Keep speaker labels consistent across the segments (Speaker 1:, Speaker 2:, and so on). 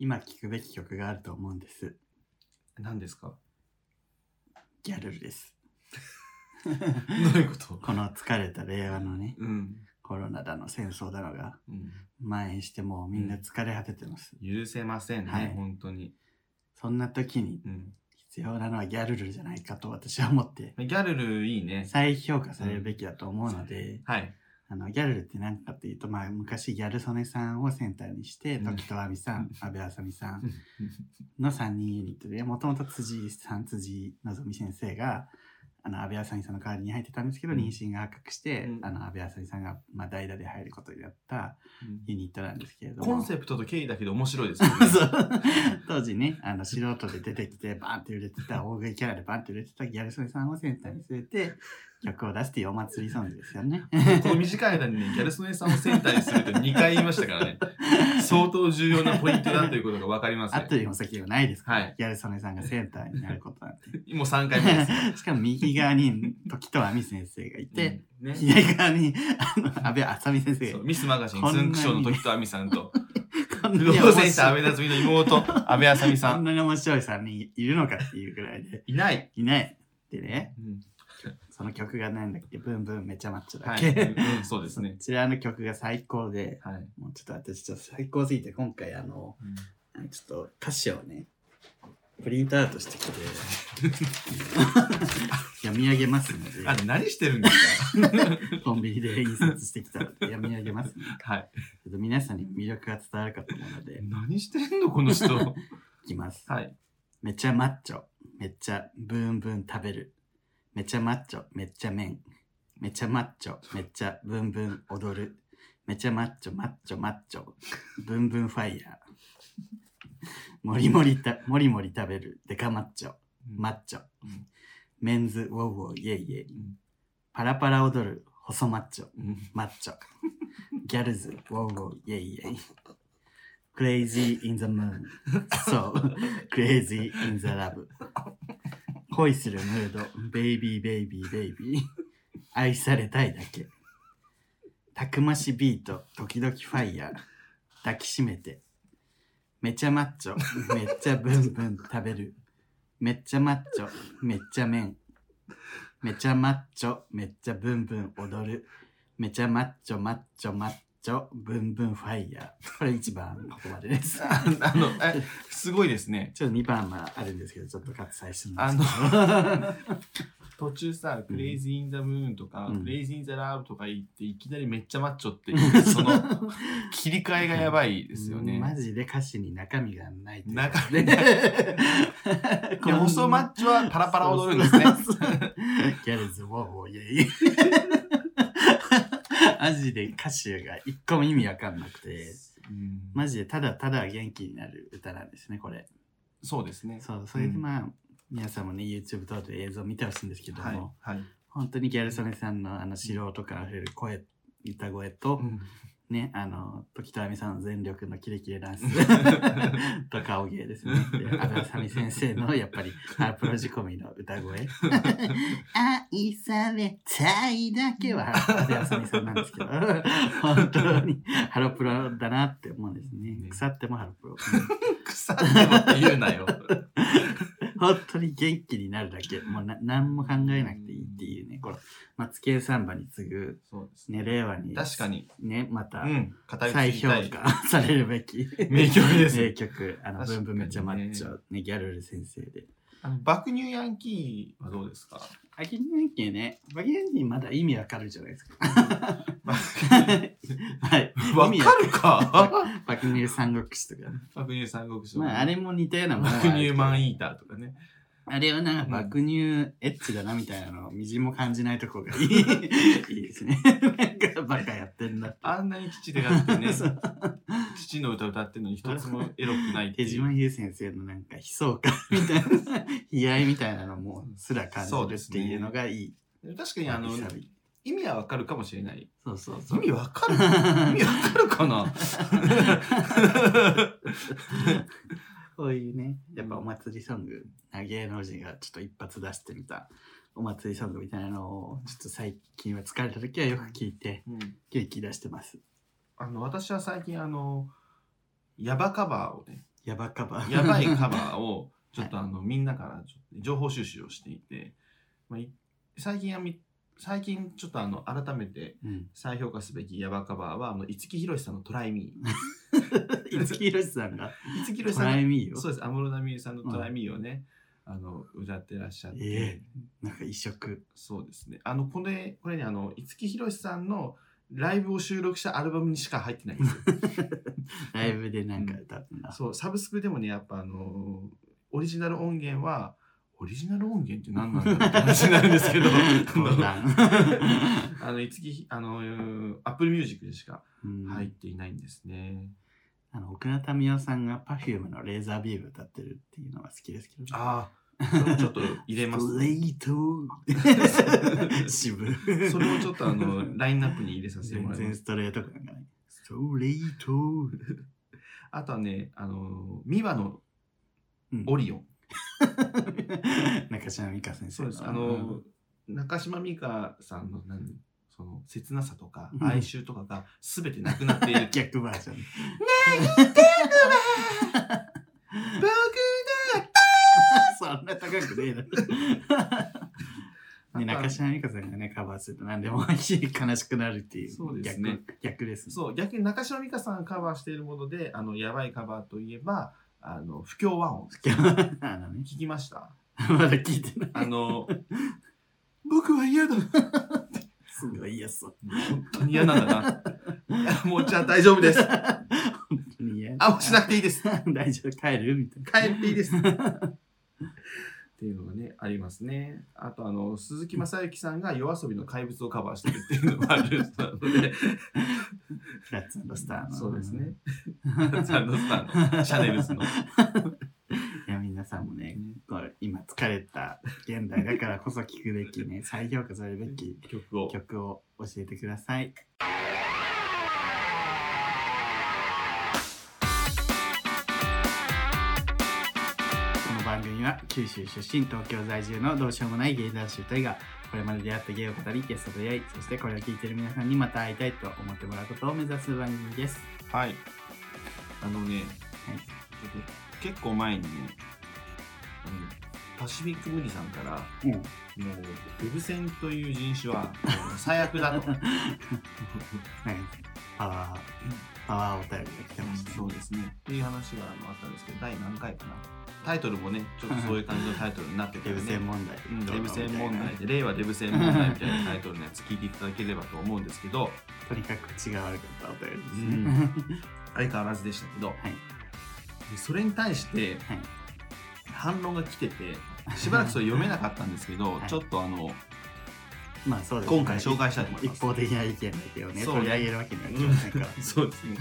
Speaker 1: 今聴くべき曲があると思うんです。
Speaker 2: 何ですか
Speaker 1: ギャルルです。
Speaker 2: どういうこと
Speaker 1: この疲れた令和のね、
Speaker 2: うん、
Speaker 1: コロナだの戦争だのが、
Speaker 2: うん。
Speaker 1: 蔓延してもうみんな疲れ果ててます。
Speaker 2: 許せませんね、
Speaker 1: はい
Speaker 2: 本当に。
Speaker 1: そんな時に
Speaker 2: うん。
Speaker 1: 必要なのはギャルルじゃないかと私は思って、
Speaker 2: ギャルルいいね。
Speaker 1: 再評価されるべきだと思うので、
Speaker 2: はい。
Speaker 1: あのギャルルって何かっていうと、まあ、昔ギャル曽根さんをセンターにして
Speaker 2: うん
Speaker 1: 時戸亜美さん阿部あさみさんの3人ユニットでもともと辻さん辻のぞみ先生があの安倍あさみさんの代わりに入ってたんですけど、
Speaker 2: うん
Speaker 1: 妊娠が発覚して、
Speaker 2: うん
Speaker 1: あの安倍あさみさんが、まあ、代打で入ることになった
Speaker 2: うん
Speaker 1: ユニットなんですけれども。
Speaker 2: コンセプトと経緯だけで面白いですよね
Speaker 1: そう 当時ねあの素人で出てきてバンって売れてた大食いキャラでバンって売れてたギャル曽根さんをセンターに据えて曲を出すっていうお祭りソングですよね。
Speaker 2: この短い間にね、ギャル曽根さんをセンターにすると2回言いまし たからね。相当重要なポイントだということが分かります
Speaker 1: あ
Speaker 2: ね
Speaker 1: っ。というも先もないですから、
Speaker 2: はい
Speaker 1: ギャル曽根さんがセンターになることなんて。
Speaker 2: もう3回目です。
Speaker 1: しかも右側に時と亜美先生がいて、
Speaker 2: うんね、
Speaker 1: 左側にあの安倍あさみ先生
Speaker 2: そう
Speaker 1: が
Speaker 2: ミスマガジン
Speaker 1: こんな
Speaker 2: ツ
Speaker 1: に
Speaker 2: ンクショーの時と亜美さ んと、
Speaker 1: こん
Speaker 2: 不
Speaker 1: なに
Speaker 2: 動センター安
Speaker 1: 面
Speaker 2: 倍夏実の妹、安倍あさみ
Speaker 1: 白い
Speaker 2: さ
Speaker 1: こん
Speaker 2: ん。
Speaker 1: なに面白い3人いるのかっていうぐらいで、
Speaker 2: いない。
Speaker 1: いない。でね、
Speaker 2: うん
Speaker 1: その曲がなんだっけ、ブンブンめちゃマッチョだ
Speaker 2: は
Speaker 1: っ
Speaker 2: い、
Speaker 1: け。
Speaker 2: うんそうですね。
Speaker 1: そちらの曲が最高で、
Speaker 2: はい。
Speaker 1: もうちょっと私ちょっと最高すぎて、今回あの、ちょっと歌詞をね、プリントアウト してきて、読み上げますので
Speaker 2: あ、、何してるんです
Speaker 1: コンビニで印刷してきたら読み上げますね。
Speaker 2: かはい。
Speaker 1: ちょっと皆さんに魅力が伝わるかと思うので、
Speaker 2: 何してんのこ の人。
Speaker 1: いきます。
Speaker 2: はい。
Speaker 1: めちゃマッチョ、めっちゃブンブン食べる。めちゃマッチョ、めっちゃ麺。めちゃマッチョ、めっちゃブンブン踊る。めちゃマッチョ、マッチョ、マッチョ。ブンブンファイヤー。もりもりた、もりもり食べる。デカマッチョ、マッチョ
Speaker 2: うん。
Speaker 1: メンズ、ウォーウォー、イェイイェイ
Speaker 2: ん。
Speaker 1: パラパラ踊る、細マッチョ。
Speaker 2: うん
Speaker 1: マッチ ョ。ギャルズ、ウォーウォー、イェイイェイ。Crazy in the moon. So, crazy in the love. 恋するムード、ベイビーベイビーベイビー。愛されたいだけ。たくましビート、時々ファイヤー。抱きしめて。めちゃマッチョ、めっちゃブンブン食べる。めっちゃマッチョ、めっちゃ麺。めちゃマッチョ、めっちゃブンブン踊る。めちゃマッチョマッチョマッチョブンブンファイヤー。これ一番ここまでです。
Speaker 2: ああの、え、すごいですね。
Speaker 1: ちょっと2番はあるんですけど、ちょっと割愛して
Speaker 2: あ
Speaker 1: ます
Speaker 2: の、途中さ、クレイジー・イン・ザ・ムーンとか、
Speaker 1: うん
Speaker 2: クレイジー・イン・ザ・ラブとか言って、いきなりめっちゃマッチョっていう、その切り替えがやばいですよね。
Speaker 1: マジで歌詞に中身がないという
Speaker 2: 中
Speaker 1: ね
Speaker 2: 身が。 で細マッチョはパラパラ踊るんですね。
Speaker 1: そうそうそうギャルズ、ウォーウォー、イェイ。マジで歌詞が一個も意味わかんなくて、
Speaker 2: うん
Speaker 1: マジでただただ元気になる歌なんですね、これ。
Speaker 2: そうですね。
Speaker 1: そう、それで
Speaker 2: うん
Speaker 1: まあ、皆さんもね、YouTube 等で映像見てほしいんですけども、
Speaker 2: はい。はい。
Speaker 1: 本当にギャル曽根さんのあの素人感あふれる声歌声と、
Speaker 2: うん
Speaker 1: ねあの時とあみさんの全力のキレキレダ ンスと顔芸ですねで阿部あさみ先生のやっぱりアプロ仕込みの歌 声愛されたいだけは阿部あさみさんなんですけど本当にハロプロだなって思うんですね
Speaker 2: ね
Speaker 1: 腐ってもハロプロ
Speaker 2: 腐ってもって言うなよ。
Speaker 1: 本当に元気になるだけもうな何も考えなくていいっていうねこの「マツケンサンバ」に次ぐ
Speaker 2: そうですね。
Speaker 1: ね令和に
Speaker 2: 確かに、
Speaker 1: ね、また
Speaker 2: う、ん、語り継
Speaker 1: 再
Speaker 2: ぎ
Speaker 1: 評
Speaker 2: たい。
Speaker 1: 価 されるべき。
Speaker 2: 名曲です
Speaker 1: 名曲、あの、
Speaker 2: 確か
Speaker 1: ブ
Speaker 2: に
Speaker 1: ンブ
Speaker 2: ね
Speaker 1: ンめちゃマッチョ、ね、ギャルル先生で。
Speaker 2: あの爆乳ヤンキーはどうですか
Speaker 1: アキニンキね、バキニンキまだ意味わかるじゃないですか。
Speaker 2: わ
Speaker 1: はい。
Speaker 2: わ
Speaker 1: 意味
Speaker 2: か
Speaker 1: わ
Speaker 2: るか
Speaker 1: バキニュー三国志とか。
Speaker 2: 爆乳三国志。
Speaker 1: まあ、あれも似たようなもんはある
Speaker 2: 爆
Speaker 1: けど
Speaker 2: 乳マンイーターとかね。
Speaker 1: あれはなんか、爆乳エッチだなみたいなのをみじんも感じないとこがいい。いいですね。なんか、バカやってんな。、
Speaker 2: あんなに父でがって ね
Speaker 1: そう
Speaker 2: 父の歌歌ってるのに一つもエロくないって
Speaker 1: 手
Speaker 2: い
Speaker 1: 島
Speaker 2: う。
Speaker 1: 優先生のなんか悲壮感みたいな悲哀みたいなのもすら感
Speaker 2: そう
Speaker 1: じ
Speaker 2: で
Speaker 1: るっ
Speaker 2: す
Speaker 1: て
Speaker 2: ね
Speaker 1: いうのがいい、
Speaker 2: 確かにあの
Speaker 1: わびさび
Speaker 2: 意味はわかるかもしれない。
Speaker 1: そうそう
Speaker 2: 意
Speaker 1: そう
Speaker 2: 味 わかる意味わかるかな
Speaker 1: こういうねやっぱお祭りソング芸能人がちょっと一発出してみたお祭りソングみたいなのをちょっと最近は疲れた時はよく聞いて
Speaker 2: うん
Speaker 1: 元気出してます
Speaker 2: あの私は最近あのヤバカバーをね
Speaker 1: やばかば。
Speaker 2: やばいカバーを、ちょっとあの、みんなからちょっと情報収集をしていて、まあ、い最近はみ、最近ちょっとあの、改めて
Speaker 1: うん。
Speaker 2: 再評価すべきヤバカバーは、あの、五木ひろしさんのトライミ
Speaker 1: 五木ひろしさんが、
Speaker 2: ー。五木ひろし
Speaker 1: ト
Speaker 2: さ
Speaker 1: ライ
Speaker 2: ん
Speaker 1: ミー
Speaker 2: が、
Speaker 1: よ
Speaker 2: そう。です、安室奈美恵さんのトライミーをね、あの、歌ってらっしゃって、
Speaker 1: ええなんか異色。
Speaker 2: そうですね。あの、これ、これね、あの、五木ひろしさんのライブを収録したアルバムにしか入ってないんですよ。
Speaker 1: ライブでなんか歌ったんだ。
Speaker 2: そう、サブスクでもね、やっぱあのーオリジナル音源は、オリジナル音源って何なんだろうって話になるんで すけど、
Speaker 1: 混
Speaker 2: あ
Speaker 1: 乱
Speaker 2: の、あの、いつき、あのー、Apple Music でしか
Speaker 1: うん
Speaker 2: 入っていないんですね。
Speaker 1: あの奥田民生さんが Perfume のレーザービーム歌ってるっていうのが好きですけど、
Speaker 2: ああ、それもちょっと入れます、
Speaker 1: スレ
Speaker 2: ね。
Speaker 1: イ ト渋い
Speaker 2: それもちょっとあの、ラインナップに入れさせても
Speaker 1: 全
Speaker 2: らいま
Speaker 1: 然
Speaker 2: す。
Speaker 1: ストレート感がない。ストレート。
Speaker 2: あとはね、あのー、ミワの
Speaker 1: うん
Speaker 2: オリオン。
Speaker 1: 中島美香先生の。
Speaker 2: そうです。あの、中島美香さんの何その切なさとか
Speaker 1: うん
Speaker 2: 哀愁とかが全てなくなって いる。
Speaker 1: 逆バー ジョン。
Speaker 2: 僕
Speaker 1: そんな高くねえな。 ね、
Speaker 2: なんか
Speaker 1: 中島美香さんがね、カバーすると何でも悲しくなるっていう。
Speaker 2: そうですね
Speaker 1: 逆逆です、ね。
Speaker 2: そう、逆に中島美香さんがカバーしているもので、あの、やばいカバーといえば、あの、不協和音。
Speaker 1: あのね、
Speaker 2: 聞きました
Speaker 1: まだ聞いてない。
Speaker 2: あの、 僕は嫌だ。
Speaker 1: すごい嫌そう。
Speaker 2: 本当に嫌なんだな。いや もうじゃあ大丈夫です。
Speaker 1: 本当に嫌
Speaker 2: あ、もうしなくていいです。
Speaker 1: 大丈夫、帰るみたいな。
Speaker 2: 帰っていいです。っていうのがね、ありますね。あと、あの、鈴木雅之さんが夜遊びの怪物をカバーしてるっていうのもある人なの で、
Speaker 1: フラッツスターの。
Speaker 2: そうですね。 ちゃんとスター のシャネルズの。
Speaker 1: いや、皆さんもね、こう今疲れた現代だからこそ聞くべき ね、再評価されるべき
Speaker 2: 曲を。
Speaker 1: 曲を教えてください。この番組は九州出身東京在住のどうしようもない芸男子2人がこれまで出会った芸を語りゲストと出会いそしてこれを聞いている皆さんにまた会いたいと思ってもらうことを目指す番組です。
Speaker 2: はい。あのね、
Speaker 1: はい
Speaker 2: 結構前にね、あのパシフィックムニさんから、も
Speaker 1: うん
Speaker 2: う、デブ戦という人種は最悪だ と。
Speaker 1: はい、パワー、パワーお便りが来てました、ね。
Speaker 2: そうですね。っていう話があのあったんですけど、第何回かな。タイトルもね、ちょっとそういう感じのタイトルになってて、
Speaker 1: デ
Speaker 2: ね、
Speaker 1: ブ戦問題。
Speaker 2: うん、デブ戦問題
Speaker 1: と
Speaker 2: で、令和デブ戦問題みたいなタイトルのやつ聞いていただければと思うんです けど、
Speaker 1: にかく血が悪かったお便りです
Speaker 2: う
Speaker 1: ね。
Speaker 2: ん相変わらずでしたけど、でそれに対して
Speaker 1: はい。
Speaker 2: 反論が来てて、しばらくそれ読めなかったんですけど
Speaker 1: は、い
Speaker 2: ちょっとあの、
Speaker 1: まあそうです、
Speaker 2: 今回紹介したいと思います
Speaker 1: 一方的な意見だけをね、
Speaker 2: そう
Speaker 1: 取り上げるわけにはいきませんから。
Speaker 2: そうですね。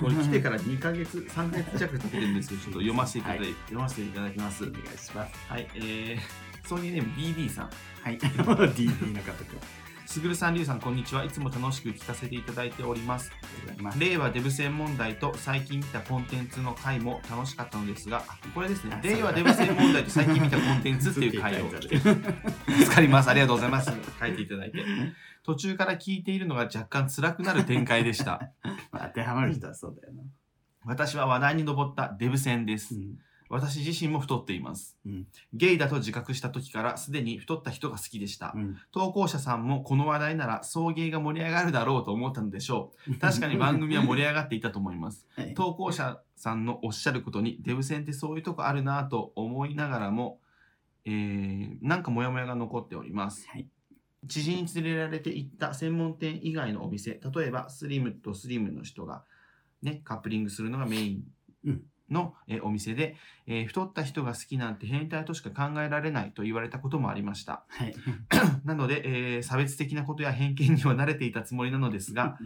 Speaker 2: これ来てから2ヶ月、3ヶ月弱経ってるんですけど、ちょっと読ませていただい、
Speaker 1: は
Speaker 2: 読ませていただきます。
Speaker 1: お願いします。
Speaker 2: はい、えー、ソニーネーム BD さん。
Speaker 1: はい。DD の方と。
Speaker 2: すぐるさん、りゅうさん、こんにちは。いつも楽しく聞かせていただいております。
Speaker 1: まあ、
Speaker 2: 令和デブ戦問題と最近見たコンテンツの回も楽しかったのですが、あこれですね
Speaker 1: あ、
Speaker 2: 令和デブ戦問題と最近見たコンテンツっていう回を助かります。ありがとうございます。書いていただいて。途中から聞いているのが若干辛くなる展開でした。
Speaker 1: まあ当てはまる人はそうだよな。
Speaker 2: 私は話題に上ったデブ戦で
Speaker 1: う
Speaker 2: す。
Speaker 1: ん。
Speaker 2: 私自身も太っています。
Speaker 1: うん
Speaker 2: ゲイだと自覚した時からすでに太った人が好きでした。投稿者さんもこの話題なら送迎が盛り上がるだろうと思ったのでしょ
Speaker 1: うん
Speaker 2: う。確かに番組は盛り上がっていたと思います。
Speaker 1: はい
Speaker 2: 投稿者さんのおっしゃることにデブ戦ってそういうとこあるなぁと思いながらも、えーなんかモヤモヤが残っております。
Speaker 1: はい
Speaker 2: 知人に連れられて行った専門店以外のお店、例えばスリムとスリムの人が、ね、カップリングするのがメイ
Speaker 1: うん
Speaker 2: ンの、えーお店で、えー太った人が好きなんて変態としか考えられないと言われたこともありました。
Speaker 1: はい。
Speaker 2: なので、えー差別的なことや偏見には慣れていたつもりなのですが、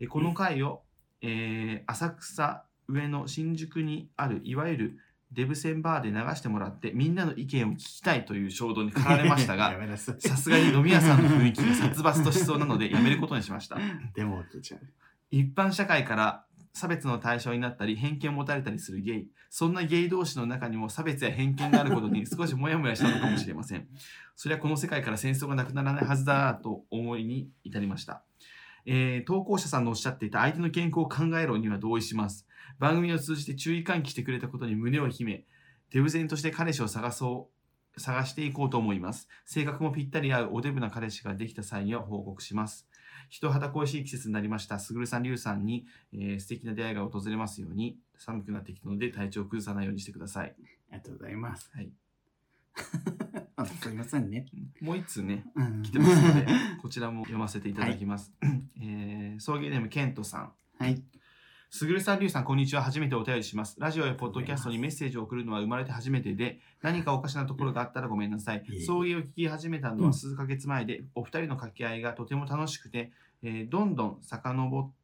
Speaker 2: えーこの回を、えー浅草上の新宿にあるいわゆるデブ戦バーで流してもらってみんなの意見を聞きたいという衝動に駆られました
Speaker 1: や
Speaker 2: が
Speaker 1: めなさい
Speaker 2: さすがに飲み屋さんの雰囲気が殺伐としそうなのでやめることにしました
Speaker 1: でも起きちゃう。
Speaker 2: 一般社会から差別の対象になったり偏見を持たれたりするゲイそんなゲイ同士の中にも差別や偏見があることに少しモヤモヤしたのかもしれませんそりゃこの世界から戦争がなくならないはずだと思いに至りましたえー投稿者さんのおっしゃっていた相手の健康を考えろには同意します。番組を通じて注意喚起してくれたことに胸を秘め、デブンとして彼氏を探そう、探していこうと思います。性格もぴったり合うおデブな彼氏ができた際には報告します。人肌恋しい季節になりました。すぐるさん、りゅうさんに、えー素敵な出会いが訪れますように、寒くなってきたので体調を崩さないようにしてください。
Speaker 1: ありがとうございます。
Speaker 2: はい。
Speaker 1: あすいませんね。
Speaker 2: もう一通ね、
Speaker 1: うん
Speaker 2: 来てます ので、こちらも読ませていただきます。えー送迎ネーム、ケントさん。
Speaker 1: はい。
Speaker 2: すぐるさん、りゅうさん、こんにちは。初めてお便りします。ラジオやポッドキャストにメッセージを送るのは生まれて初めてで、何かおかしなところがあったらごめんなさい
Speaker 1: いえいえ。
Speaker 2: 送迎を聞き始めたの
Speaker 1: う
Speaker 2: は
Speaker 1: ん
Speaker 2: 数ヶ月前で、お二人の掛け合いがとても楽しくて、えーどんどん遡って、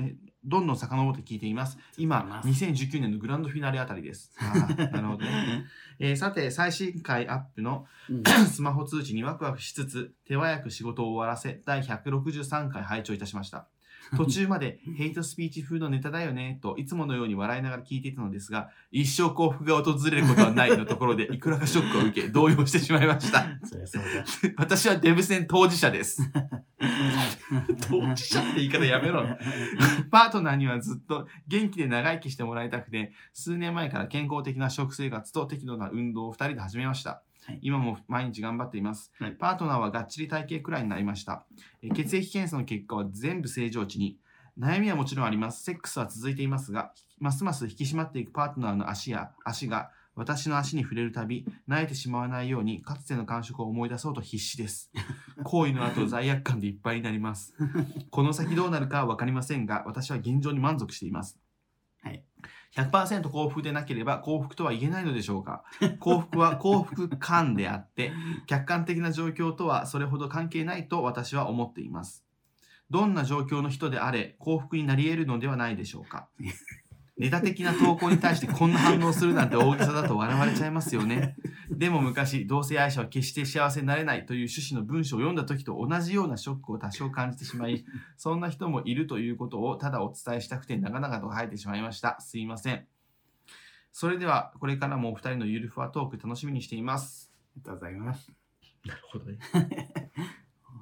Speaker 2: ねどんどん遡って聞いています。今、2019年のグランドフィナーレあたりです。あーなるほどね。えーさて、最新回アップの
Speaker 1: うん
Speaker 2: スマホ通知にワクワクしつつ、手早く仕事を終わらせ、第163回拝聴いたしました。途中までヘイトスピーチ風のネタだよねといつものように笑いながら聞いていたのですが、一生幸福が訪れることはないのところで、いくらかショックを受け、動揺してしまいま した。
Speaker 1: そりゃそうだ。
Speaker 2: 私はデブ戦当事者です。
Speaker 1: 当
Speaker 2: 当事者って言い方やめろ。パートナーにはずっと元気で長生きしてもらいたくて、数年前から健康的な食生活と適度な運動を2人で始めました。
Speaker 1: はい
Speaker 2: 今も毎日頑張っています。
Speaker 1: はい
Speaker 2: パートナーはがっちり体型くらいになりました。えー血液検査の結果は全部正常値に。悩みはもちろんあります。セックスは続いていますが、ますます引き締まっていくパートナーの足や足が私の足に触れるたび、慣れてしまわないように、かつての感触を思い出そうと必死です。 行為の後、罪悪感でいっぱいになります。この先どうなるかは分かりませんが、私は現状に満足しています。
Speaker 1: はい
Speaker 2: 100%幸福でなければ幸福とは言えないのでしょうか 幸福は幸福感であって、客観的な状況とはそれほど関係ないと私は思っています。どんな状況の人であれ、幸福になり得るのではないでしょうか。ネタ的な投稿に対してこんな反応するなんて 大げさだと笑われちゃいますよね。でも昔、同性愛者は決して幸せになれないという趣旨の文章を読んだ時と同じようなショックを多少感じてしまい、そんな人もいるということをただお伝えしたくて長々と吐いてしまいました。すいません。それでは、これからもお二人のゆるふわトーク楽しみにしています。
Speaker 1: ありがとうございます。
Speaker 2: なるほどね。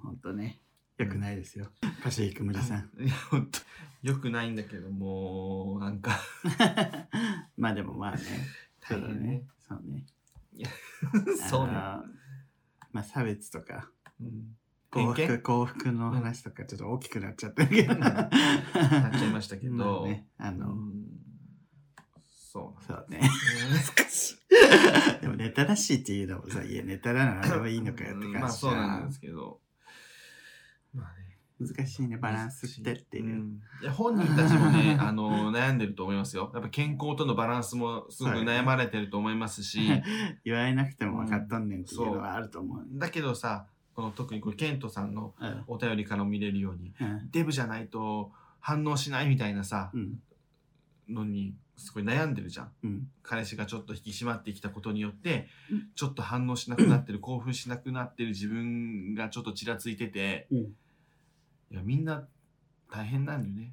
Speaker 1: 本当ね。よくないですよ。パシフィック村さん。
Speaker 2: いや、本当よくないんだけど、もう、なんか、
Speaker 1: まあでもまあね。そうだね。。そうね。
Speaker 2: そうね。
Speaker 1: あのまあ差別とか
Speaker 2: うん
Speaker 1: 幸
Speaker 2: 偏見
Speaker 1: 福幸福の話とかちょっと大きくなっちゃったけど。
Speaker 2: うんなっなっちゃいましたけど、
Speaker 1: まあね、あ
Speaker 2: う
Speaker 1: の、
Speaker 2: んそうなん
Speaker 1: そうね。
Speaker 2: です ね。
Speaker 1: でもネタらしいっていうのもさ、いやネタならあれはいいのかよって
Speaker 2: うんま
Speaker 1: 感
Speaker 2: あ
Speaker 1: じじ
Speaker 2: そう
Speaker 1: ゃ
Speaker 2: なん
Speaker 1: ん
Speaker 2: ですけど。まあね。
Speaker 1: 難しいね、バランスってっていう。
Speaker 2: んいや本人たちも ねあの悩んでると思いますよやっぱ健康とのバランスもすごく
Speaker 1: そうね
Speaker 2: 悩まれてると思いますし、
Speaker 1: 言われなくても分かっとんねんっていうのはあると思う。
Speaker 2: だけどさこの特にこれケントさんの
Speaker 1: うん。
Speaker 2: お便りからも見れるように
Speaker 1: うん。
Speaker 2: デブじゃないと反応しないみたいなさ
Speaker 1: うん。
Speaker 2: のにすごい悩んでるじゃん
Speaker 1: うん。
Speaker 2: 彼氏がちょっと引き締まってきたことによって
Speaker 1: うん
Speaker 2: ちょっと反応しなくなってる興奮しなくなってる自分がちょっとちらついてて
Speaker 1: うん
Speaker 2: いやみんな大変なんだよね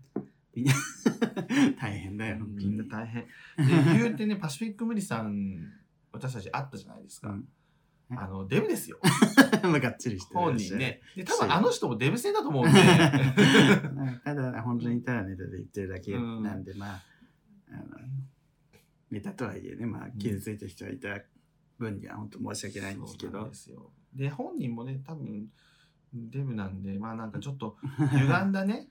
Speaker 1: みんな 大変だよ、本当
Speaker 2: み
Speaker 1: に
Speaker 2: んな 大変で言うてねパシフィック無理さん私たち会ったじゃないですか、
Speaker 1: うん
Speaker 2: あのデブ ですよ
Speaker 1: まあがっちりしてる
Speaker 2: 本
Speaker 1: し
Speaker 2: 人。ねで多
Speaker 1: そう
Speaker 2: 分あの人もデブ性だと 思うんで
Speaker 1: ただ、本当にただネタで言ってるだけ
Speaker 2: うん
Speaker 1: なんで、まあ、あのネタとはいえね、まあ、傷ついた人がいた分には本当申し訳ないんですけ
Speaker 2: そうなん
Speaker 1: ど
Speaker 2: で、すよで本人もね多分デブなんでまあなんかちょっと歪 んだね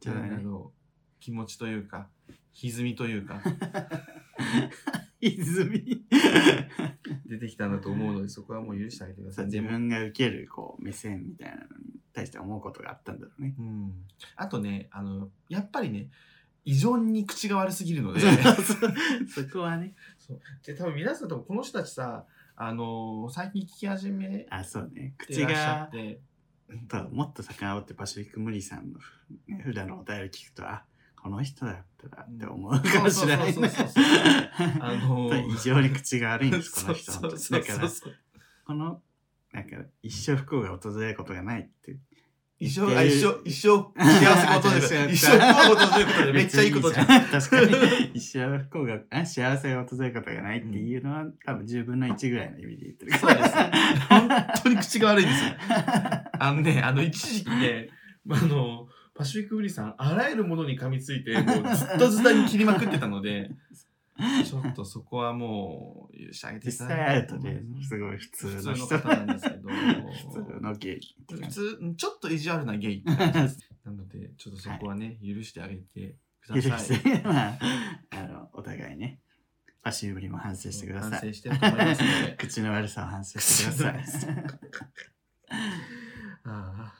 Speaker 1: じゃあ
Speaker 2: なんだ
Speaker 1: ね、
Speaker 2: ろう気持ちというか歪みとい うか
Speaker 1: 泉、
Speaker 2: 出てきたんだと思うのでそこはもう許してあげてくだ
Speaker 1: さ
Speaker 2: さい
Speaker 1: 自
Speaker 2: でも
Speaker 1: 分が受けるこう目線みたいなのに対して思うことがあったんだろうね。
Speaker 2: うん、あとねあのやっぱりね異常に口が悪すぎる ので
Speaker 1: そこはね、
Speaker 2: そうで多分皆さん多分この人たちさあのー最近聞き始め
Speaker 1: あ、そうね、
Speaker 2: て
Speaker 1: 口
Speaker 2: らっしゃ
Speaker 1: が
Speaker 2: っ。て
Speaker 1: ともっと遡ってパシフィック無理さんのね普段のお便り聞くとあこの人だったらって思うかもしれない
Speaker 2: そう
Speaker 1: ね
Speaker 2: そうそうそうあのー
Speaker 1: やっぱり異常に口が悪いんですこの人
Speaker 2: そうそうそう
Speaker 1: だから
Speaker 2: そう
Speaker 1: このなんか一生不幸が訪れることがないって
Speaker 2: 一生あ一生一生
Speaker 1: あ
Speaker 2: 幸せ ことで
Speaker 1: 幸せ
Speaker 2: 一生幸せことでめっちゃいいことじゃん
Speaker 1: 別にいいじゃん確かに一生不幸があ幸せが訪れることがないっていうのは、多分10分の1ぐらいの意味で言ってる
Speaker 2: そうです本当に口が悪いんですよあのね、あの、一時期ね、まああの、パシフィックウリさん、あらゆるものに噛みついて、もうずっとずたに切りまくってたので、ちょっとそこはもう、許してあげて
Speaker 1: 実
Speaker 2: いた
Speaker 1: 際
Speaker 2: だ
Speaker 1: 会
Speaker 2: いう
Speaker 1: とね、すごい普通
Speaker 2: 普
Speaker 1: の
Speaker 2: 通の
Speaker 1: 人。
Speaker 2: 方なんですけ ど、
Speaker 1: 普通の芸。
Speaker 2: 普通、ちょっと意地悪なゲイって感じ です。なので、ちょっとそこはね、許してあげてくだ
Speaker 1: 許
Speaker 2: さい。
Speaker 1: して、まあ、あの、お互いね、パシウぶりも反省してくださ
Speaker 2: 反省
Speaker 1: い。。
Speaker 2: してると思いますの で
Speaker 1: 口の悪さを反省してください。
Speaker 2: あ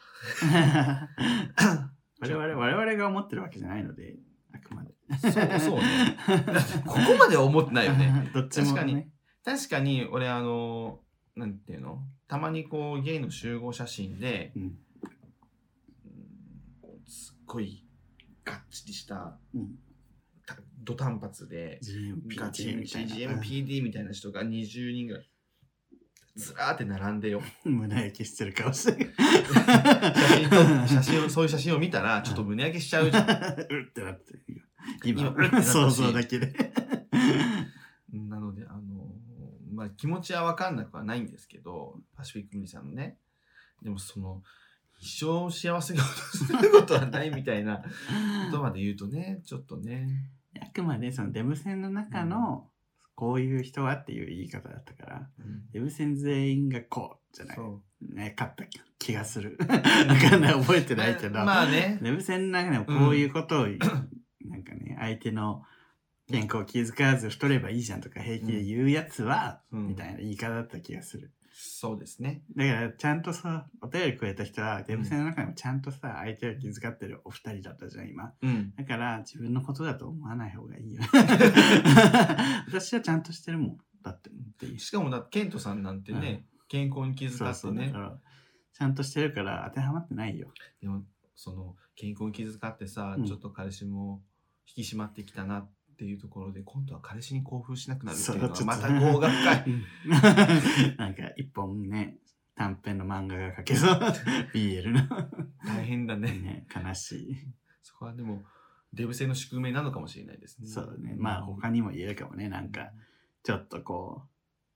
Speaker 1: 我々、我々が思ってるわけじゃないので、あくまで。
Speaker 2: あそうそうね。だってここまでは思ってないよ ね。
Speaker 1: どっちも、ね、
Speaker 2: 確かに確かに俺あのなんていうのたまにこうゲイの集合写真で
Speaker 1: うん。
Speaker 2: うんすっごいがっちりした
Speaker 1: うん。
Speaker 2: たド短髪で
Speaker 1: GMP
Speaker 2: ガチ
Speaker 1: みたいな。
Speaker 2: GMPD みたいな人が20人ぐらいずらーって並んでよ
Speaker 1: うん胸焼けしてる顔して。
Speaker 2: 写真と写真をそういう写真を見たらちょっと胸焼けしちゃうじゃん
Speaker 1: うってなってるよ 今
Speaker 2: 今うってなったし
Speaker 1: 想像だけで
Speaker 2: なので、あのまあ、気持ちは分かんなくはないんですけど、パシフィックミリさんのね、でもその、一生幸せが訪れることはないみた いなことまで言うとね、ちょっとね、
Speaker 1: あくまでそのデブ戦の中のこういう人はっていう言い方だったからデブ戦全員がこうじゃない
Speaker 2: そう
Speaker 1: ね勝った気がする わかんない覚えてないけど、
Speaker 2: ま あね、
Speaker 1: デブ戦の中でもこういうことを、なんかね相手の健康を気遣わず太ればいいじゃんとか平気で言うやつは、
Speaker 2: うん
Speaker 1: みたいな言い方だった気がする
Speaker 2: そうですね。
Speaker 1: だからちゃんとさお便りくれた人はデブ戦の中でもちゃんとさ相手を気遣ってるお二人だったじゃん今
Speaker 2: うん。
Speaker 1: だから自分のことだと思わない方がい いよ。私はちゃんとしてるもん。だってっていう。
Speaker 2: しかもだ、ケントさんなんてね、健康に気遣ってね、
Speaker 1: そうそうだからちゃんとしてるから当てはまってないよ。
Speaker 2: でも、その、健康に気遣ってさ、
Speaker 1: うん
Speaker 2: ちょっと彼氏も引き締まってきたなっていうところで、今度は彼氏に興奮しなくなるっていうのは、また業が深い。
Speaker 1: い。なん か一本ね、短編の漫画が描けそう。BL の。
Speaker 2: 大変だね。
Speaker 1: ね、悲しい。
Speaker 2: そこはでも、デブ性の宿命なのかもしれないですね。
Speaker 1: そうだね。まあ他にも言えるかもね。なんか、ちょっとこう、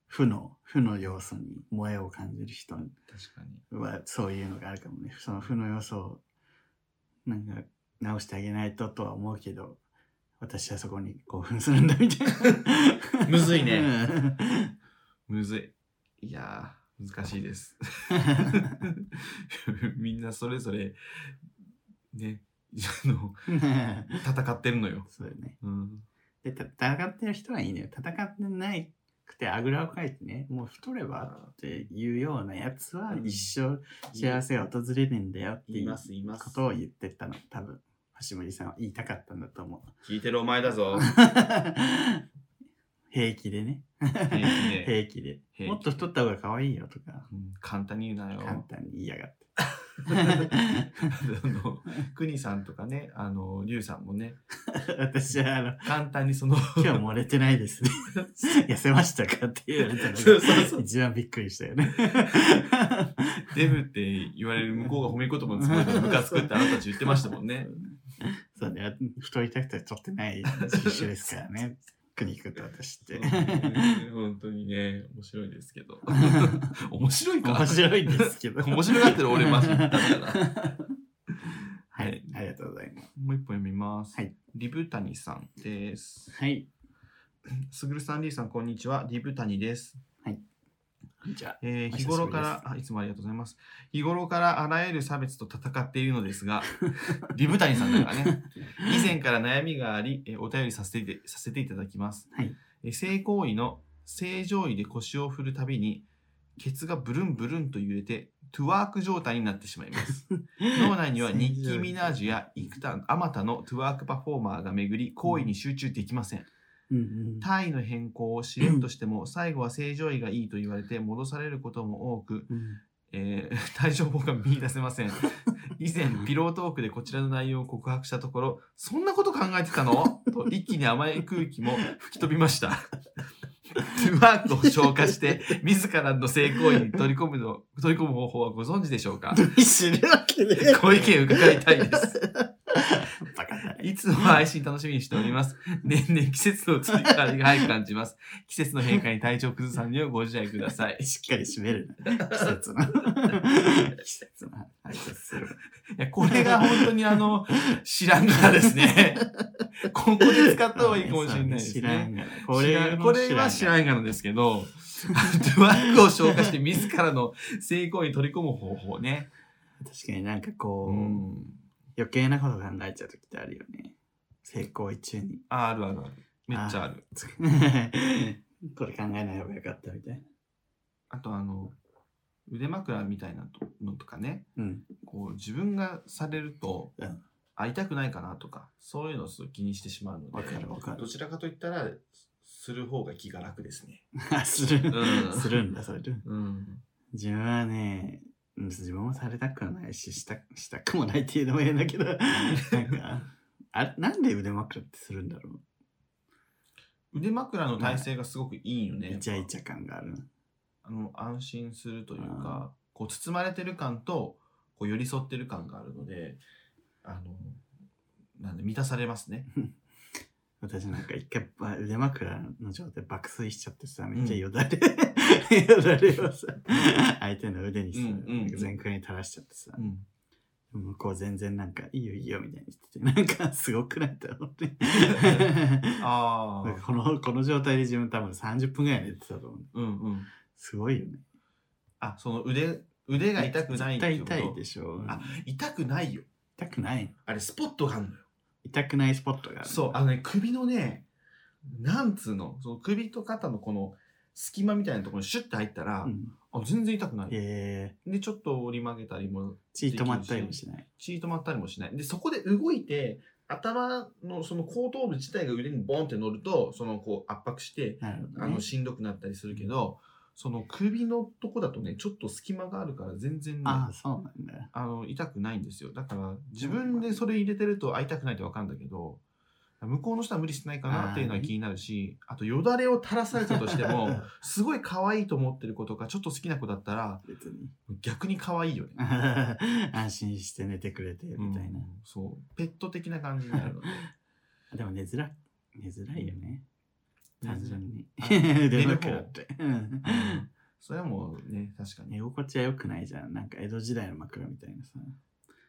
Speaker 1: 負の、負の要素に萌えを感じる人に
Speaker 2: 確かに。
Speaker 1: はそういうのがあるかもねその負の要素をなんか直してあげないととは思うけど私はそこに興奮するんだみたいな
Speaker 2: むずいね
Speaker 1: うん
Speaker 2: むずい。いやー、難しいです。 みんなそれぞれ、ね、あの、戦ってるのよ。
Speaker 1: そうだよね
Speaker 2: うん。
Speaker 1: でた戦ってる人はいいのよ戦ってないくてあぐらをかいてねもう太ればっていうようなやつは一生幸せが訪れるんだよって
Speaker 2: 言
Speaker 1: い
Speaker 2: いうます、言いま
Speaker 1: こ
Speaker 2: す。
Speaker 1: とを言ってたの多分橋森さんは言いたかったんだと 思う
Speaker 2: 聞いてるお前だぞ。
Speaker 1: 平気でね。
Speaker 2: 気で
Speaker 1: 平気で。
Speaker 2: 平気で
Speaker 1: もっと太った方が可愛いよとか、
Speaker 2: うん簡単に言う なよ。
Speaker 1: 簡単に言いやがって。
Speaker 2: あの、くにさんとかね、あの、りゅうさんもね、
Speaker 1: 私は、あの、
Speaker 2: 簡単に その、
Speaker 1: 今日漏れてない ですね。痩せましたかって言われたの
Speaker 2: そうそうそ
Speaker 1: が
Speaker 2: う
Speaker 1: 一番びっくりしたよね。
Speaker 2: デブって言われる向こうが褒め言葉のつもりでムカつくってあなたたち言ってましたもんね。
Speaker 1: そうね。太りたくて太ってない人種ですから ね。国行くと私って。
Speaker 2: 本当にね、面白いです けど。面白いか
Speaker 1: 面白いんですけど。
Speaker 2: 面白がってる俺マジだから
Speaker 1: は
Speaker 2: はい
Speaker 1: い。ありがとうございます。
Speaker 2: もう一本読みます。
Speaker 1: はい
Speaker 2: リブタニさんです。
Speaker 1: はい。
Speaker 2: すぐるさん、りーさん、こんにちは。リブタニです。
Speaker 1: じゃあ。
Speaker 2: えー
Speaker 1: お久しぶりです
Speaker 2: 日頃からあ、いつもありがとうございます。日頃からあらゆる差別と戦っているのです が、リブタニさんだからね、以前から悩みがあり、えーお便りさせてさせていただきます。
Speaker 1: はい
Speaker 2: えー性行為の正常位で腰を振るたびに、ケツがブルンブルンと揺れて、トゥワーク状態になってしま います。脳内にはニッキー・ミナージュや幾多あまたのトゥワークパフォーマーが巡り、行為に集中できません。
Speaker 1: うんうん
Speaker 2: 体位の変更をしれんとしても、最後は正常位がいいと言われて戻されることも多く、
Speaker 1: うん
Speaker 2: えー 対処法が見出せません。以前、ピロートークでこちらの内容を告白したところ、そんなこと考えてたのと一気に甘い空気も吹き飛びました。 トゥワークを消化して、自らの性行為に取り込むの、取り込む方法は ご存知でしょうか
Speaker 1: 知るわけねえ
Speaker 2: ご意見伺いたいです。
Speaker 1: バカだい。
Speaker 2: いつも配信楽しみにしております。年々季節の移り変わりが早く感じます。季節の変化に体調崩さんにはご自愛ください。い
Speaker 1: しっかり締めるな。季節 の。季節の挨拶する。
Speaker 2: やこれが本当にあの、知らんがですね。今後で使った方がいいかもしれないです
Speaker 1: 知ら
Speaker 2: ね。
Speaker 1: んがな。
Speaker 2: こ
Speaker 1: こ
Speaker 2: れ
Speaker 1: れ
Speaker 2: これは知
Speaker 1: ん
Speaker 2: らんがなんですけど、アートワークを消化して自らの成功に取り込む方法ね。
Speaker 1: が。確かになんかこう、
Speaker 2: うん。
Speaker 1: 余計なこと考えちゃうときってあるよね。成功中に。
Speaker 2: ああるあるある。めっちゃある。
Speaker 1: これ考えない方がよかったみたいな。
Speaker 2: あとあの、腕枕みたいなのとかね。
Speaker 1: うん。
Speaker 2: こう自分がされると、
Speaker 1: うん
Speaker 2: 会いたくないかなとかそういうのをすごい気にしてしまうので
Speaker 1: わかるわかる
Speaker 2: どちらかといったらする方が気が楽ですね。
Speaker 1: あする。
Speaker 2: うん
Speaker 1: するんだ、それで。
Speaker 2: うん、
Speaker 1: 自分はね、うん自分もされたくはないし、したしたくもないっていうのも変だ けど、なんか、あれなんで腕枕ってするんだろ
Speaker 2: 腕枕の体勢がすごくいいよ
Speaker 1: う、
Speaker 2: ね。
Speaker 1: イチャイチャ感がある。
Speaker 2: あの安心するというか、こう包まれてる感とこう寄り添ってる感があるのであのなんで満たされますね。
Speaker 1: 私なんか一回ば腕枕の状態爆睡しちゃってさ、
Speaker 2: ん
Speaker 1: めっちゃよだれ、 よだれをさ、相手の腕にさ、
Speaker 2: うんうん
Speaker 1: なんか全空に垂らしちゃってさ、
Speaker 2: うん、
Speaker 1: 向こう全然なんか、いいよいいよみたいに言って て、なんかすごくないと思 って。なん
Speaker 2: あ あ
Speaker 1: かこの、この状態で自分多分30分ぐらい寝てたと思う。
Speaker 2: うんうん。
Speaker 1: すごいよね。
Speaker 2: あその腕腕が痛くないってい
Speaker 1: 絶
Speaker 2: うこと
Speaker 1: 対痛いでしょ。
Speaker 2: あ痛くないよ。
Speaker 1: 痛くない
Speaker 2: あれスポットがあるのよ。
Speaker 1: 痛くないスポットがある。
Speaker 2: そう、あのね、首のね、なんつうの、その首と肩のこの隙間みたいなところにシュッて入ったら、
Speaker 1: うん。
Speaker 2: あ全然痛くない。
Speaker 1: え
Speaker 2: で、ちょっと折り曲げたりも、
Speaker 1: ー、血止まったりもしない。
Speaker 2: 血止まったりもしない。で、そこで動いて、頭のその後頭部自体が腕にボンって乗ると、そのこう圧迫して、
Speaker 1: なるほど、
Speaker 2: あ
Speaker 1: ね
Speaker 2: の、。しんどくなったりするけど、その首のとこだとね、ちょっと隙間があるから全然ね、
Speaker 1: ああ、そうなんだ。
Speaker 2: あの痛くないんですよだから自分でそれ入れてると会いたくないって分かるんだけど向こうの人は無理してないかなっていうのは気になるしあとよだれを垂らされたとしても すごい可愛いと思ってる子とかちょっと好きな子だったら
Speaker 1: 別に。
Speaker 2: 逆に可愛いよね。
Speaker 1: 安心して寝てくれてみたいな
Speaker 2: う、んそうペット的な感じになる ので
Speaker 1: でも寝づら寝づらいよね単純に
Speaker 2: はい
Speaker 1: 腕枕ってうん
Speaker 2: うんそれはもうね確かに
Speaker 1: 寝心地は良くないじゃんなんか江戸時代の枕みたいなさ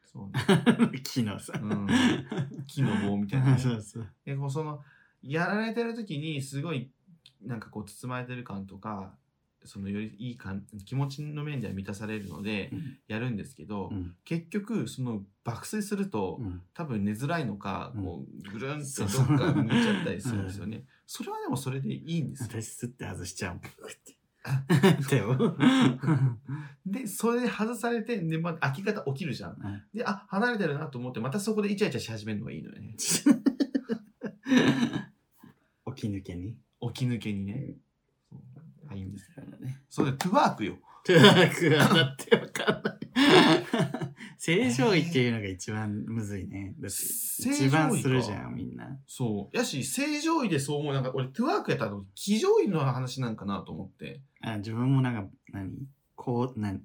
Speaker 2: そう、ね、
Speaker 1: 木のさ、
Speaker 2: うん木の棒みたい なね
Speaker 1: そうそう
Speaker 2: でこうそのやられてる時にすごいなんかこう包まれてる感とかそのよりいい感気持ちの面では満たされるので
Speaker 1: うん
Speaker 2: やるんですけど、
Speaker 1: うん
Speaker 2: 結局その爆睡すると、
Speaker 1: うん
Speaker 2: 多分寝づらいのか、
Speaker 1: うん
Speaker 2: こうぐるんって
Speaker 1: そ
Speaker 2: ど
Speaker 1: う
Speaker 2: っ
Speaker 1: そう
Speaker 2: か向いちゃったりするんですよね、それはでもそれでいいんですよ
Speaker 1: 私すって外しちゃうもん って手を
Speaker 2: でそれで外されて、ねまあ、明け方起きるじゃん
Speaker 1: うん
Speaker 2: であ離れてるなと思ってまたそこでイチャイチャし始めるのがいいのよね
Speaker 1: 起き抜けに
Speaker 2: 起き抜けにね、そうあいいんです
Speaker 1: そうだ ね
Speaker 2: それでトゥワークよ
Speaker 1: トゥワークはだってわかん ない正常位っていうのが一番むずいねだって一番するじゃんみんな
Speaker 2: そう。やし、正常位でそう思う。なんか、俺、トゥワークやったら、騎乗位の話なんかなと思って。
Speaker 1: あ自分もなんか何こう何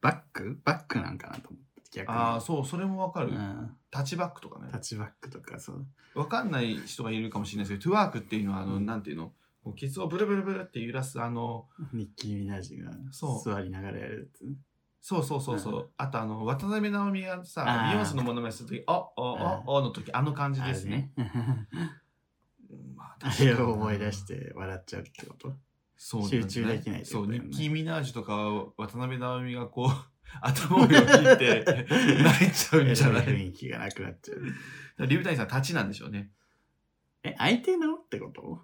Speaker 1: バックバックなんかなと思って逆に
Speaker 2: ああ、そう、それもわか
Speaker 1: う
Speaker 2: る。
Speaker 1: ん
Speaker 2: タッチバックとかね
Speaker 1: タッ。チバックとかそう
Speaker 2: わかんない人がいるかもしれないですけど、トゥワークっていうのは、あの、
Speaker 1: うん
Speaker 2: なんていうのこうケツをブルブルブルって揺らす、あの、
Speaker 1: ニッキー・ミナージュが
Speaker 2: そう
Speaker 1: 座りながらやるやつ
Speaker 2: そうそうそうそう。
Speaker 1: う
Speaker 2: あと、あの、渡辺直美がさ
Speaker 1: あ、ー
Speaker 2: ビヨンセのものまねするとき、あ、あ、あ、あの時、あの感じ
Speaker 1: あ
Speaker 2: で
Speaker 1: れ
Speaker 2: すね。
Speaker 1: ね
Speaker 2: うんまあ
Speaker 1: あれを思い出し。て笑っちゃうってこと
Speaker 2: そう
Speaker 1: 集中できないって
Speaker 2: そ
Speaker 1: こ
Speaker 2: う、
Speaker 1: とだ
Speaker 2: ニ
Speaker 1: よね
Speaker 2: ッキー・ミナージュとか、渡辺直美がこう、 頭をよ ぎって、泣いちゃうんじゃない
Speaker 1: 雰囲気がなくなっちゃう
Speaker 2: リブタニさん、立ちなんでしょうね。
Speaker 1: え相手のってこと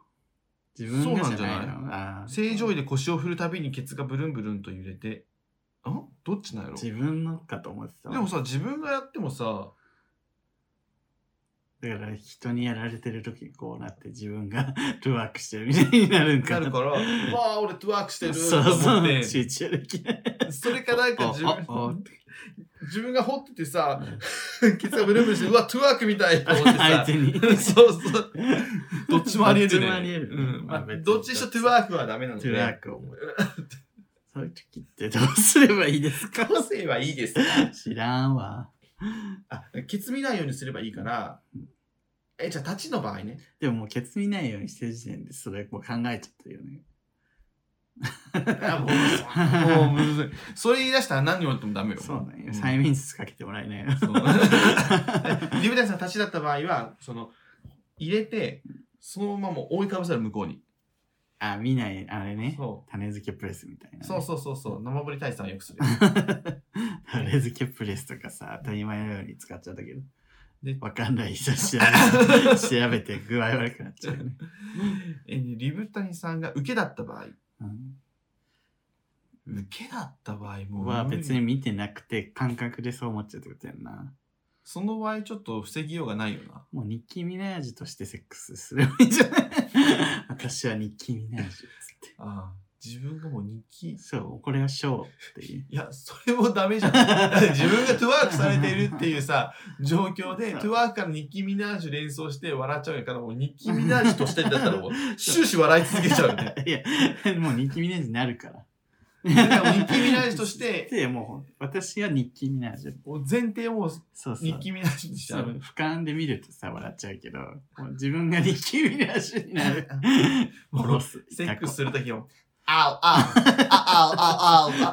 Speaker 1: 自分がじゃないの
Speaker 2: そう
Speaker 1: あー
Speaker 2: 正常位で腰を振るたびにケツがブルンブルンと揺れて、んどっちなんやろ
Speaker 1: 自分のかと思ってた
Speaker 2: でもさ、自分がやって もさ、
Speaker 1: だから人にやられてる時にこうなって自分が ルワークしてるみたいになるん
Speaker 2: な
Speaker 1: か
Speaker 2: る から、わあ、俺トゥワークしてると
Speaker 1: そう
Speaker 2: 思っ
Speaker 1: そう
Speaker 2: て、
Speaker 1: 集中できない
Speaker 2: それかなんか自
Speaker 1: おおお
Speaker 2: 分、自分が掘っててさ、 ケツがブルンブルンして、うわ、トゥワークみたいと思って
Speaker 1: 相
Speaker 2: さ、
Speaker 1: 手に
Speaker 2: そうそう。どっちもあり得るね。
Speaker 1: どっちもあり得るね
Speaker 2: うんま
Speaker 1: ま
Speaker 2: あ
Speaker 1: あ別に
Speaker 2: どっちにしろトゥワークはダメなの
Speaker 1: ト
Speaker 2: で。
Speaker 1: ゥワークを思うそういう時ってどうすればいいですか
Speaker 2: 個性はいいです。
Speaker 1: 知らんわ
Speaker 2: あ、ケツ見ないようにすればいいから、え、じゃあ、立ちの場合ね。
Speaker 1: でももうケツ見ないようにしてる時点でそれもう考えちゃってるよね。
Speaker 2: あもう、もうむずい。それ言い出したら何を言ってもダメよ。
Speaker 1: そうなんよ。
Speaker 2: ん
Speaker 1: 催眠術かけてもら えないよ。
Speaker 2: そうリブダイさん立ちだった場合は、その、入れて、そのままもう覆いかぶさる向こうに。
Speaker 1: あ、見ない、あれね。
Speaker 2: そ
Speaker 1: 種付けプレスみたいな、
Speaker 2: う。
Speaker 1: ね。
Speaker 2: そうそうそうそう。生ぶり大さんはよくする。
Speaker 1: 種付けプレスとかさ、当たり前のように使っちゃったけど
Speaker 2: で。
Speaker 1: わかんない人調べ 調べて具合悪くなっちゃうよね。
Speaker 2: えリブタニさんが受けだった場合。
Speaker 1: うん
Speaker 2: 受けだった場合も
Speaker 1: は別に見てなくて感覚でそう思っちゃうってことやんな。
Speaker 2: その場合ちょっと防ぎようがないよな。
Speaker 1: もうニッキー・ミナージュとしてセックスすればいいんじゃない 私はニッキー・ミナージュっつって。
Speaker 2: ああ自分がもう日記。い
Speaker 1: そう、これはショーっていう。
Speaker 2: や、それもダ メじゃん。だって自分がトゥワークされているっていうさ、状況で、トゥワークから日記ミナージュ連想して笑っちゃうから、もう日記ミナージュとしてだったら もう、終始笑い続けちゃうよね。
Speaker 1: いや、もう日記ミナージュになるから。
Speaker 2: だからもう日記ミナージュ として、
Speaker 1: で、もう、私は日記ミナージュ。
Speaker 2: もう前提をもう
Speaker 1: そうそう。
Speaker 2: 日記ミナージュにしち
Speaker 1: そ
Speaker 2: ゃ
Speaker 1: う
Speaker 2: う。
Speaker 1: 俯瞰で見るとさ、笑っちゃうけど、もう自分が日記ミナージュに なる。
Speaker 2: もう
Speaker 1: 殺す。
Speaker 2: セックスす
Speaker 1: る。
Speaker 2: るときも、あおあおあおあおあお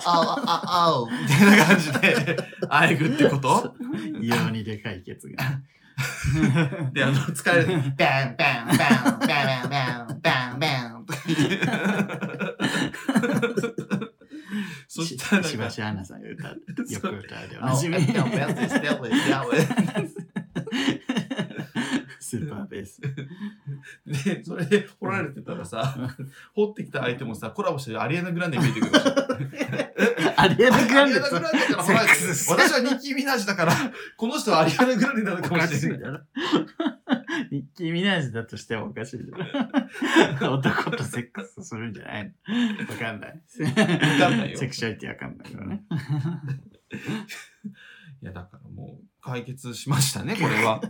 Speaker 2: あおあおみたいな感じで、あえぐってこと
Speaker 1: 異様にでかいケツ が。
Speaker 2: で、あの、疲れる。
Speaker 3: bang bang bang bang bang bang bang
Speaker 2: そしたらなん
Speaker 1: し
Speaker 2: か
Speaker 1: ば、しアンナさんが歌う。よく歌うでお
Speaker 2: あ
Speaker 1: なじみ。
Speaker 2: やっぱやつですねやっぱやっ
Speaker 1: スーパーベース。
Speaker 2: ぱで、それで掘られてたらさ、掘ってきた相手もさ、コラボしてるアリアナ・グランデ見えてくるでしょ。
Speaker 1: あれ
Speaker 2: ア
Speaker 1: だ
Speaker 2: リ
Speaker 1: けな
Speaker 2: ア
Speaker 1: んで
Speaker 2: ナ・グランデから掘られてる
Speaker 1: セックス
Speaker 2: 私はニッキー・ミナージュだから、この人はアリアナ・グランデなのか
Speaker 1: お
Speaker 2: も
Speaker 1: か
Speaker 2: し
Speaker 1: し
Speaker 2: れ
Speaker 1: い
Speaker 2: ない。
Speaker 1: だろ。日記ミナージュだとしてもおかしいだろ。男とセックスするんじゃないのわかんない。
Speaker 2: かんないよ
Speaker 1: セクシュアリティわかんないからね。
Speaker 2: いや、だからもう解決しましたね、これは。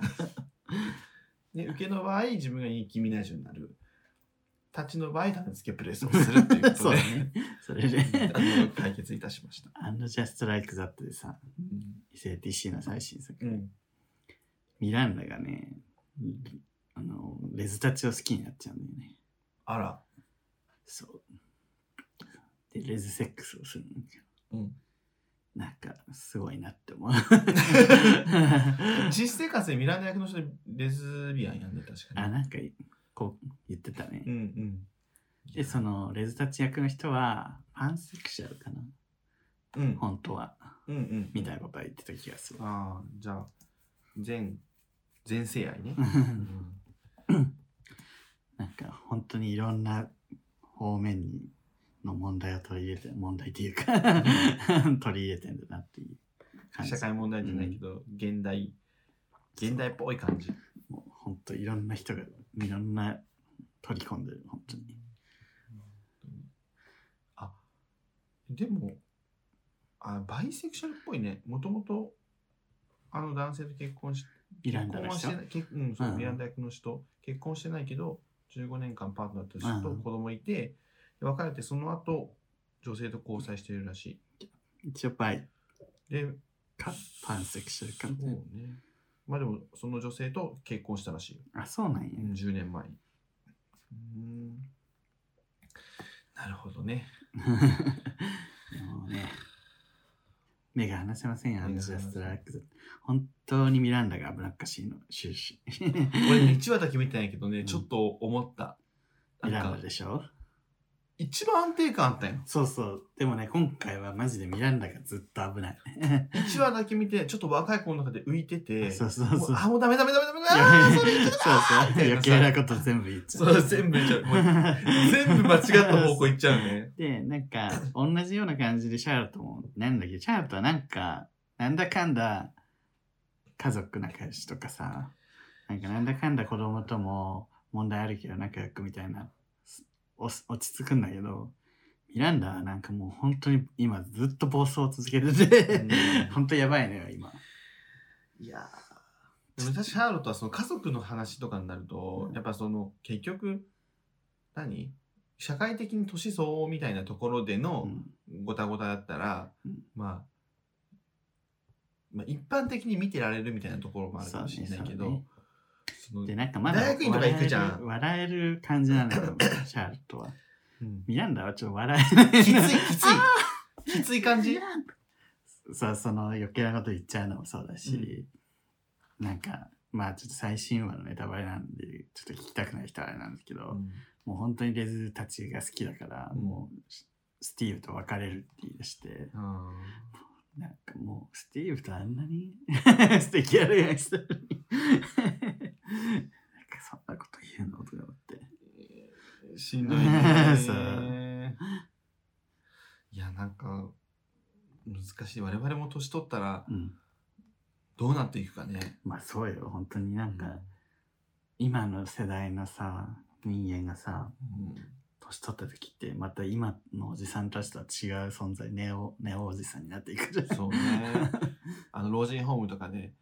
Speaker 2: ね、受けの場合、自分がニッキー・ミナージュになる。立ちの場合、種付けプレスをするっていうこ
Speaker 1: そ
Speaker 2: と
Speaker 1: う
Speaker 2: で
Speaker 1: だ、ね。それで、
Speaker 2: あの解決いたしました。
Speaker 1: アンドジャストライクザットでさ、SATC の最新作、
Speaker 2: うん。
Speaker 1: ミランダがね、あの、レズたちを好きになっちゃうんだよね。
Speaker 2: あら。
Speaker 1: そう。で、レズセックスをするんだけど、
Speaker 2: うん。
Speaker 1: なんか、すごいなって思う。
Speaker 2: 実生活でミランダ役の人レズビアンやんね、確か
Speaker 1: あ、
Speaker 2: に。
Speaker 1: なんか、こう言ってたね。
Speaker 2: うんうん。
Speaker 1: で、その、レズたち役の人は、パンセクシャルかな
Speaker 2: うん。
Speaker 1: 本当は。
Speaker 2: うんうん。
Speaker 1: みたいなことは言ってた気がする。
Speaker 2: ああ、じゃあ、全、全性愛ね。うん
Speaker 1: なんか、本当にいろんな方面に、の問題を取り入れて、問題っていうか、 取り入れてんだなっていう感じ。
Speaker 2: 社会問題じゃないけど、現代、現代っぽい感じ。
Speaker 1: もう本当いろんな人がいろんな取り込んでる本当に
Speaker 2: あ、でも、あ、バイセクシャルっぽいね。もともと、あの男性と結婚し
Speaker 1: イラ
Speaker 2: 結
Speaker 1: ンダ
Speaker 2: 婚
Speaker 1: の
Speaker 2: はし
Speaker 1: 人
Speaker 2: てない、結うん、そう
Speaker 1: うん
Speaker 2: ミランダ役の人、結婚してないけど、15年間パートナーとし
Speaker 1: う
Speaker 2: て
Speaker 1: ん
Speaker 2: と子供いて、で別れて、その後、女性と交際してるらし
Speaker 1: 一応バイ
Speaker 2: い。で、
Speaker 1: かパンセクシャルかみ
Speaker 2: そ
Speaker 1: た
Speaker 2: う
Speaker 1: い
Speaker 2: ね。まあでも、その女性と結婚したらしいよ。
Speaker 1: なあそうなんや、
Speaker 2: 10年前に。うーんなるほどね。
Speaker 1: もうね目が離せませんよアン
Speaker 2: 目が離
Speaker 1: ジャ
Speaker 2: せない
Speaker 1: ストラックス本当にミランダが危なっかしいの終始
Speaker 2: 俺ね、1話だけ見てないけどね、
Speaker 1: うん
Speaker 2: ちょっと思った。 な
Speaker 1: ミラン
Speaker 2: ん
Speaker 1: ダ
Speaker 2: か、
Speaker 1: でしょ
Speaker 2: 一番安定感あったよ。
Speaker 1: そうそうでもね今回はマジでミランダがずっと危ない
Speaker 2: 1話だけ見て、ちょっと若い子の中で浮いてて、
Speaker 1: そうそうそう
Speaker 2: もあ、もうダメダメダメダメ
Speaker 1: いや
Speaker 2: あーそれ言っちゃ
Speaker 1: そう
Speaker 2: った
Speaker 1: そう
Speaker 2: みたいな
Speaker 1: 余
Speaker 2: さ
Speaker 1: 計なこと全部言っちゃ
Speaker 2: そう全部言っちゃうもう全部間違った方向行っちゃうね。
Speaker 1: で、なんか、同じような感じでシャーロットも、なんだっけど、シャーロットはなんか、なんだかんだ、家族仲良しとかさ、なんかなんだかんだ子供とも問題あるけど仲良くみたいな、すおす落ち着くんだけど、ミランダはなんかもう本当に今ずっと暴走を続けてて、本当やばいのよ、今。
Speaker 2: いやーでも私、ハーロットはその家族の話とかになると、
Speaker 1: うん
Speaker 2: やっぱその、結局、何社会的に年相応みたいなところで
Speaker 1: う
Speaker 2: の
Speaker 1: ん
Speaker 2: ごたごただったら、
Speaker 1: うん
Speaker 2: まあ、まあ一般的に見てられるみたいなところもあるかもしれないけど、
Speaker 1: そう
Speaker 2: そ
Speaker 1: ね
Speaker 2: その
Speaker 1: で、なんかまだ
Speaker 3: 大学院とか行くじゃん
Speaker 1: 笑える笑える感じなの よ、シャールとは。
Speaker 2: うん
Speaker 1: ミランダはちょっと笑えない。
Speaker 3: きつい、きつい。きつい感 じ。
Speaker 1: さ、その余計なこと言っちゃうのもそうだし、なんか、まあちょっと最新話のネタバレなんで、ちょっと聞きたくない人はあれなんですけど、
Speaker 2: うん
Speaker 1: もう本当にレズたちが好きだから、
Speaker 2: うん
Speaker 1: もうススティーブと別れるって言い出して、
Speaker 2: あ
Speaker 1: なんかもうスティーブとあんなに 素敵やるやつなのに。なんかそんなこと言うのとか思って。
Speaker 2: ーしんどいね
Speaker 1: そう
Speaker 2: いやなんか難しい我々も年取ったら
Speaker 1: うん。
Speaker 2: どうなっていくかね
Speaker 1: まあそうよ、本当になんか、今の世代のさ、人間がさ、年取った時ってまた今のおじさんたちとは違う存在ネオネオおじさんになっていくじゃん
Speaker 2: うん そうねあの老人ホームとかで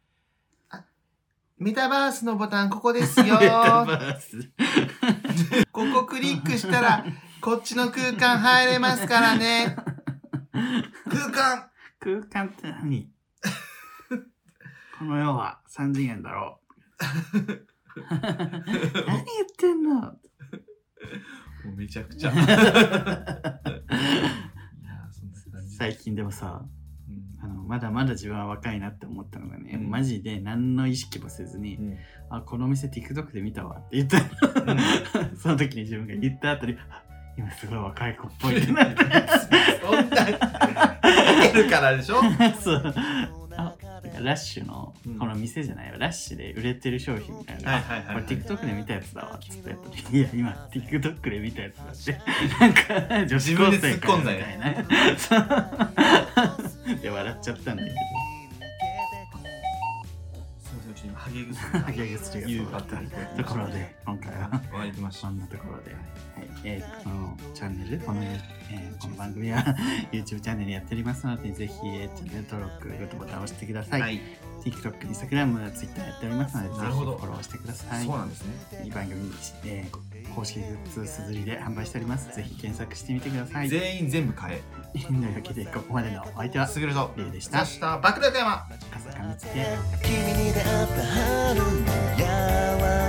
Speaker 3: メタバースのボタン、ここですよ
Speaker 1: メタバ
Speaker 3: ー。
Speaker 1: ース
Speaker 3: ここクリックしたら、こっちの空間入れますからね。空間
Speaker 1: 空間って何 この世は3次元だろう 何言ってんの
Speaker 2: もうめちゃくちゃいやそんな感じ
Speaker 1: 最近でもさ
Speaker 2: うん
Speaker 1: あのまだまだ自分は若いなって思ったのがね、
Speaker 2: うん
Speaker 1: マジで何の意識もせずに「
Speaker 2: うん
Speaker 1: あこの店 TikTok で見たわ」って言った
Speaker 2: うん
Speaker 1: その時に自分が言った後にあ「今すごい若い子っぽい」ってなったやつ
Speaker 2: そんな、出るからでしょ
Speaker 1: そうあだからラッシュの
Speaker 2: うん
Speaker 1: この店じゃないよ、ラッシュで売れてる商品みたいな、
Speaker 2: はい
Speaker 1: これ TikTok で見たやつだわっつってやった時にいや今 TikTok で見たやつだ ってなんか女子高生かよみたいな そうで笑っちゃったんだけど
Speaker 2: すみません、うち今、ハゲグス。
Speaker 1: ハゲグスがそうだったところで今回は
Speaker 2: 終わりまし
Speaker 1: そ
Speaker 2: た。
Speaker 1: んなところで、はいえーこのチャンネルこの、えーこの番組は YouTube チャンネルやっておりますのでぜひ、えーチャンネル登録グッドボタンを押してください、
Speaker 2: はい、
Speaker 1: TikTok、Instagram、Twitter やっておりますのでぜ
Speaker 2: なる
Speaker 1: ひ
Speaker 2: ほ
Speaker 1: フ
Speaker 2: ど
Speaker 1: ォローしてください
Speaker 2: そうなんですね。
Speaker 1: いい番組、えー公式グッズすずりで販売しております。ぜひ検索してみてください。とい
Speaker 2: 全員全部変え。
Speaker 1: うわけで、ここまでのお相手は、
Speaker 2: すぐるぞ。
Speaker 1: リュウでし
Speaker 2: 明
Speaker 1: た。
Speaker 2: 日、爆弾山。
Speaker 1: 笠上つけ。
Speaker 4: 君に出会った春の柔ら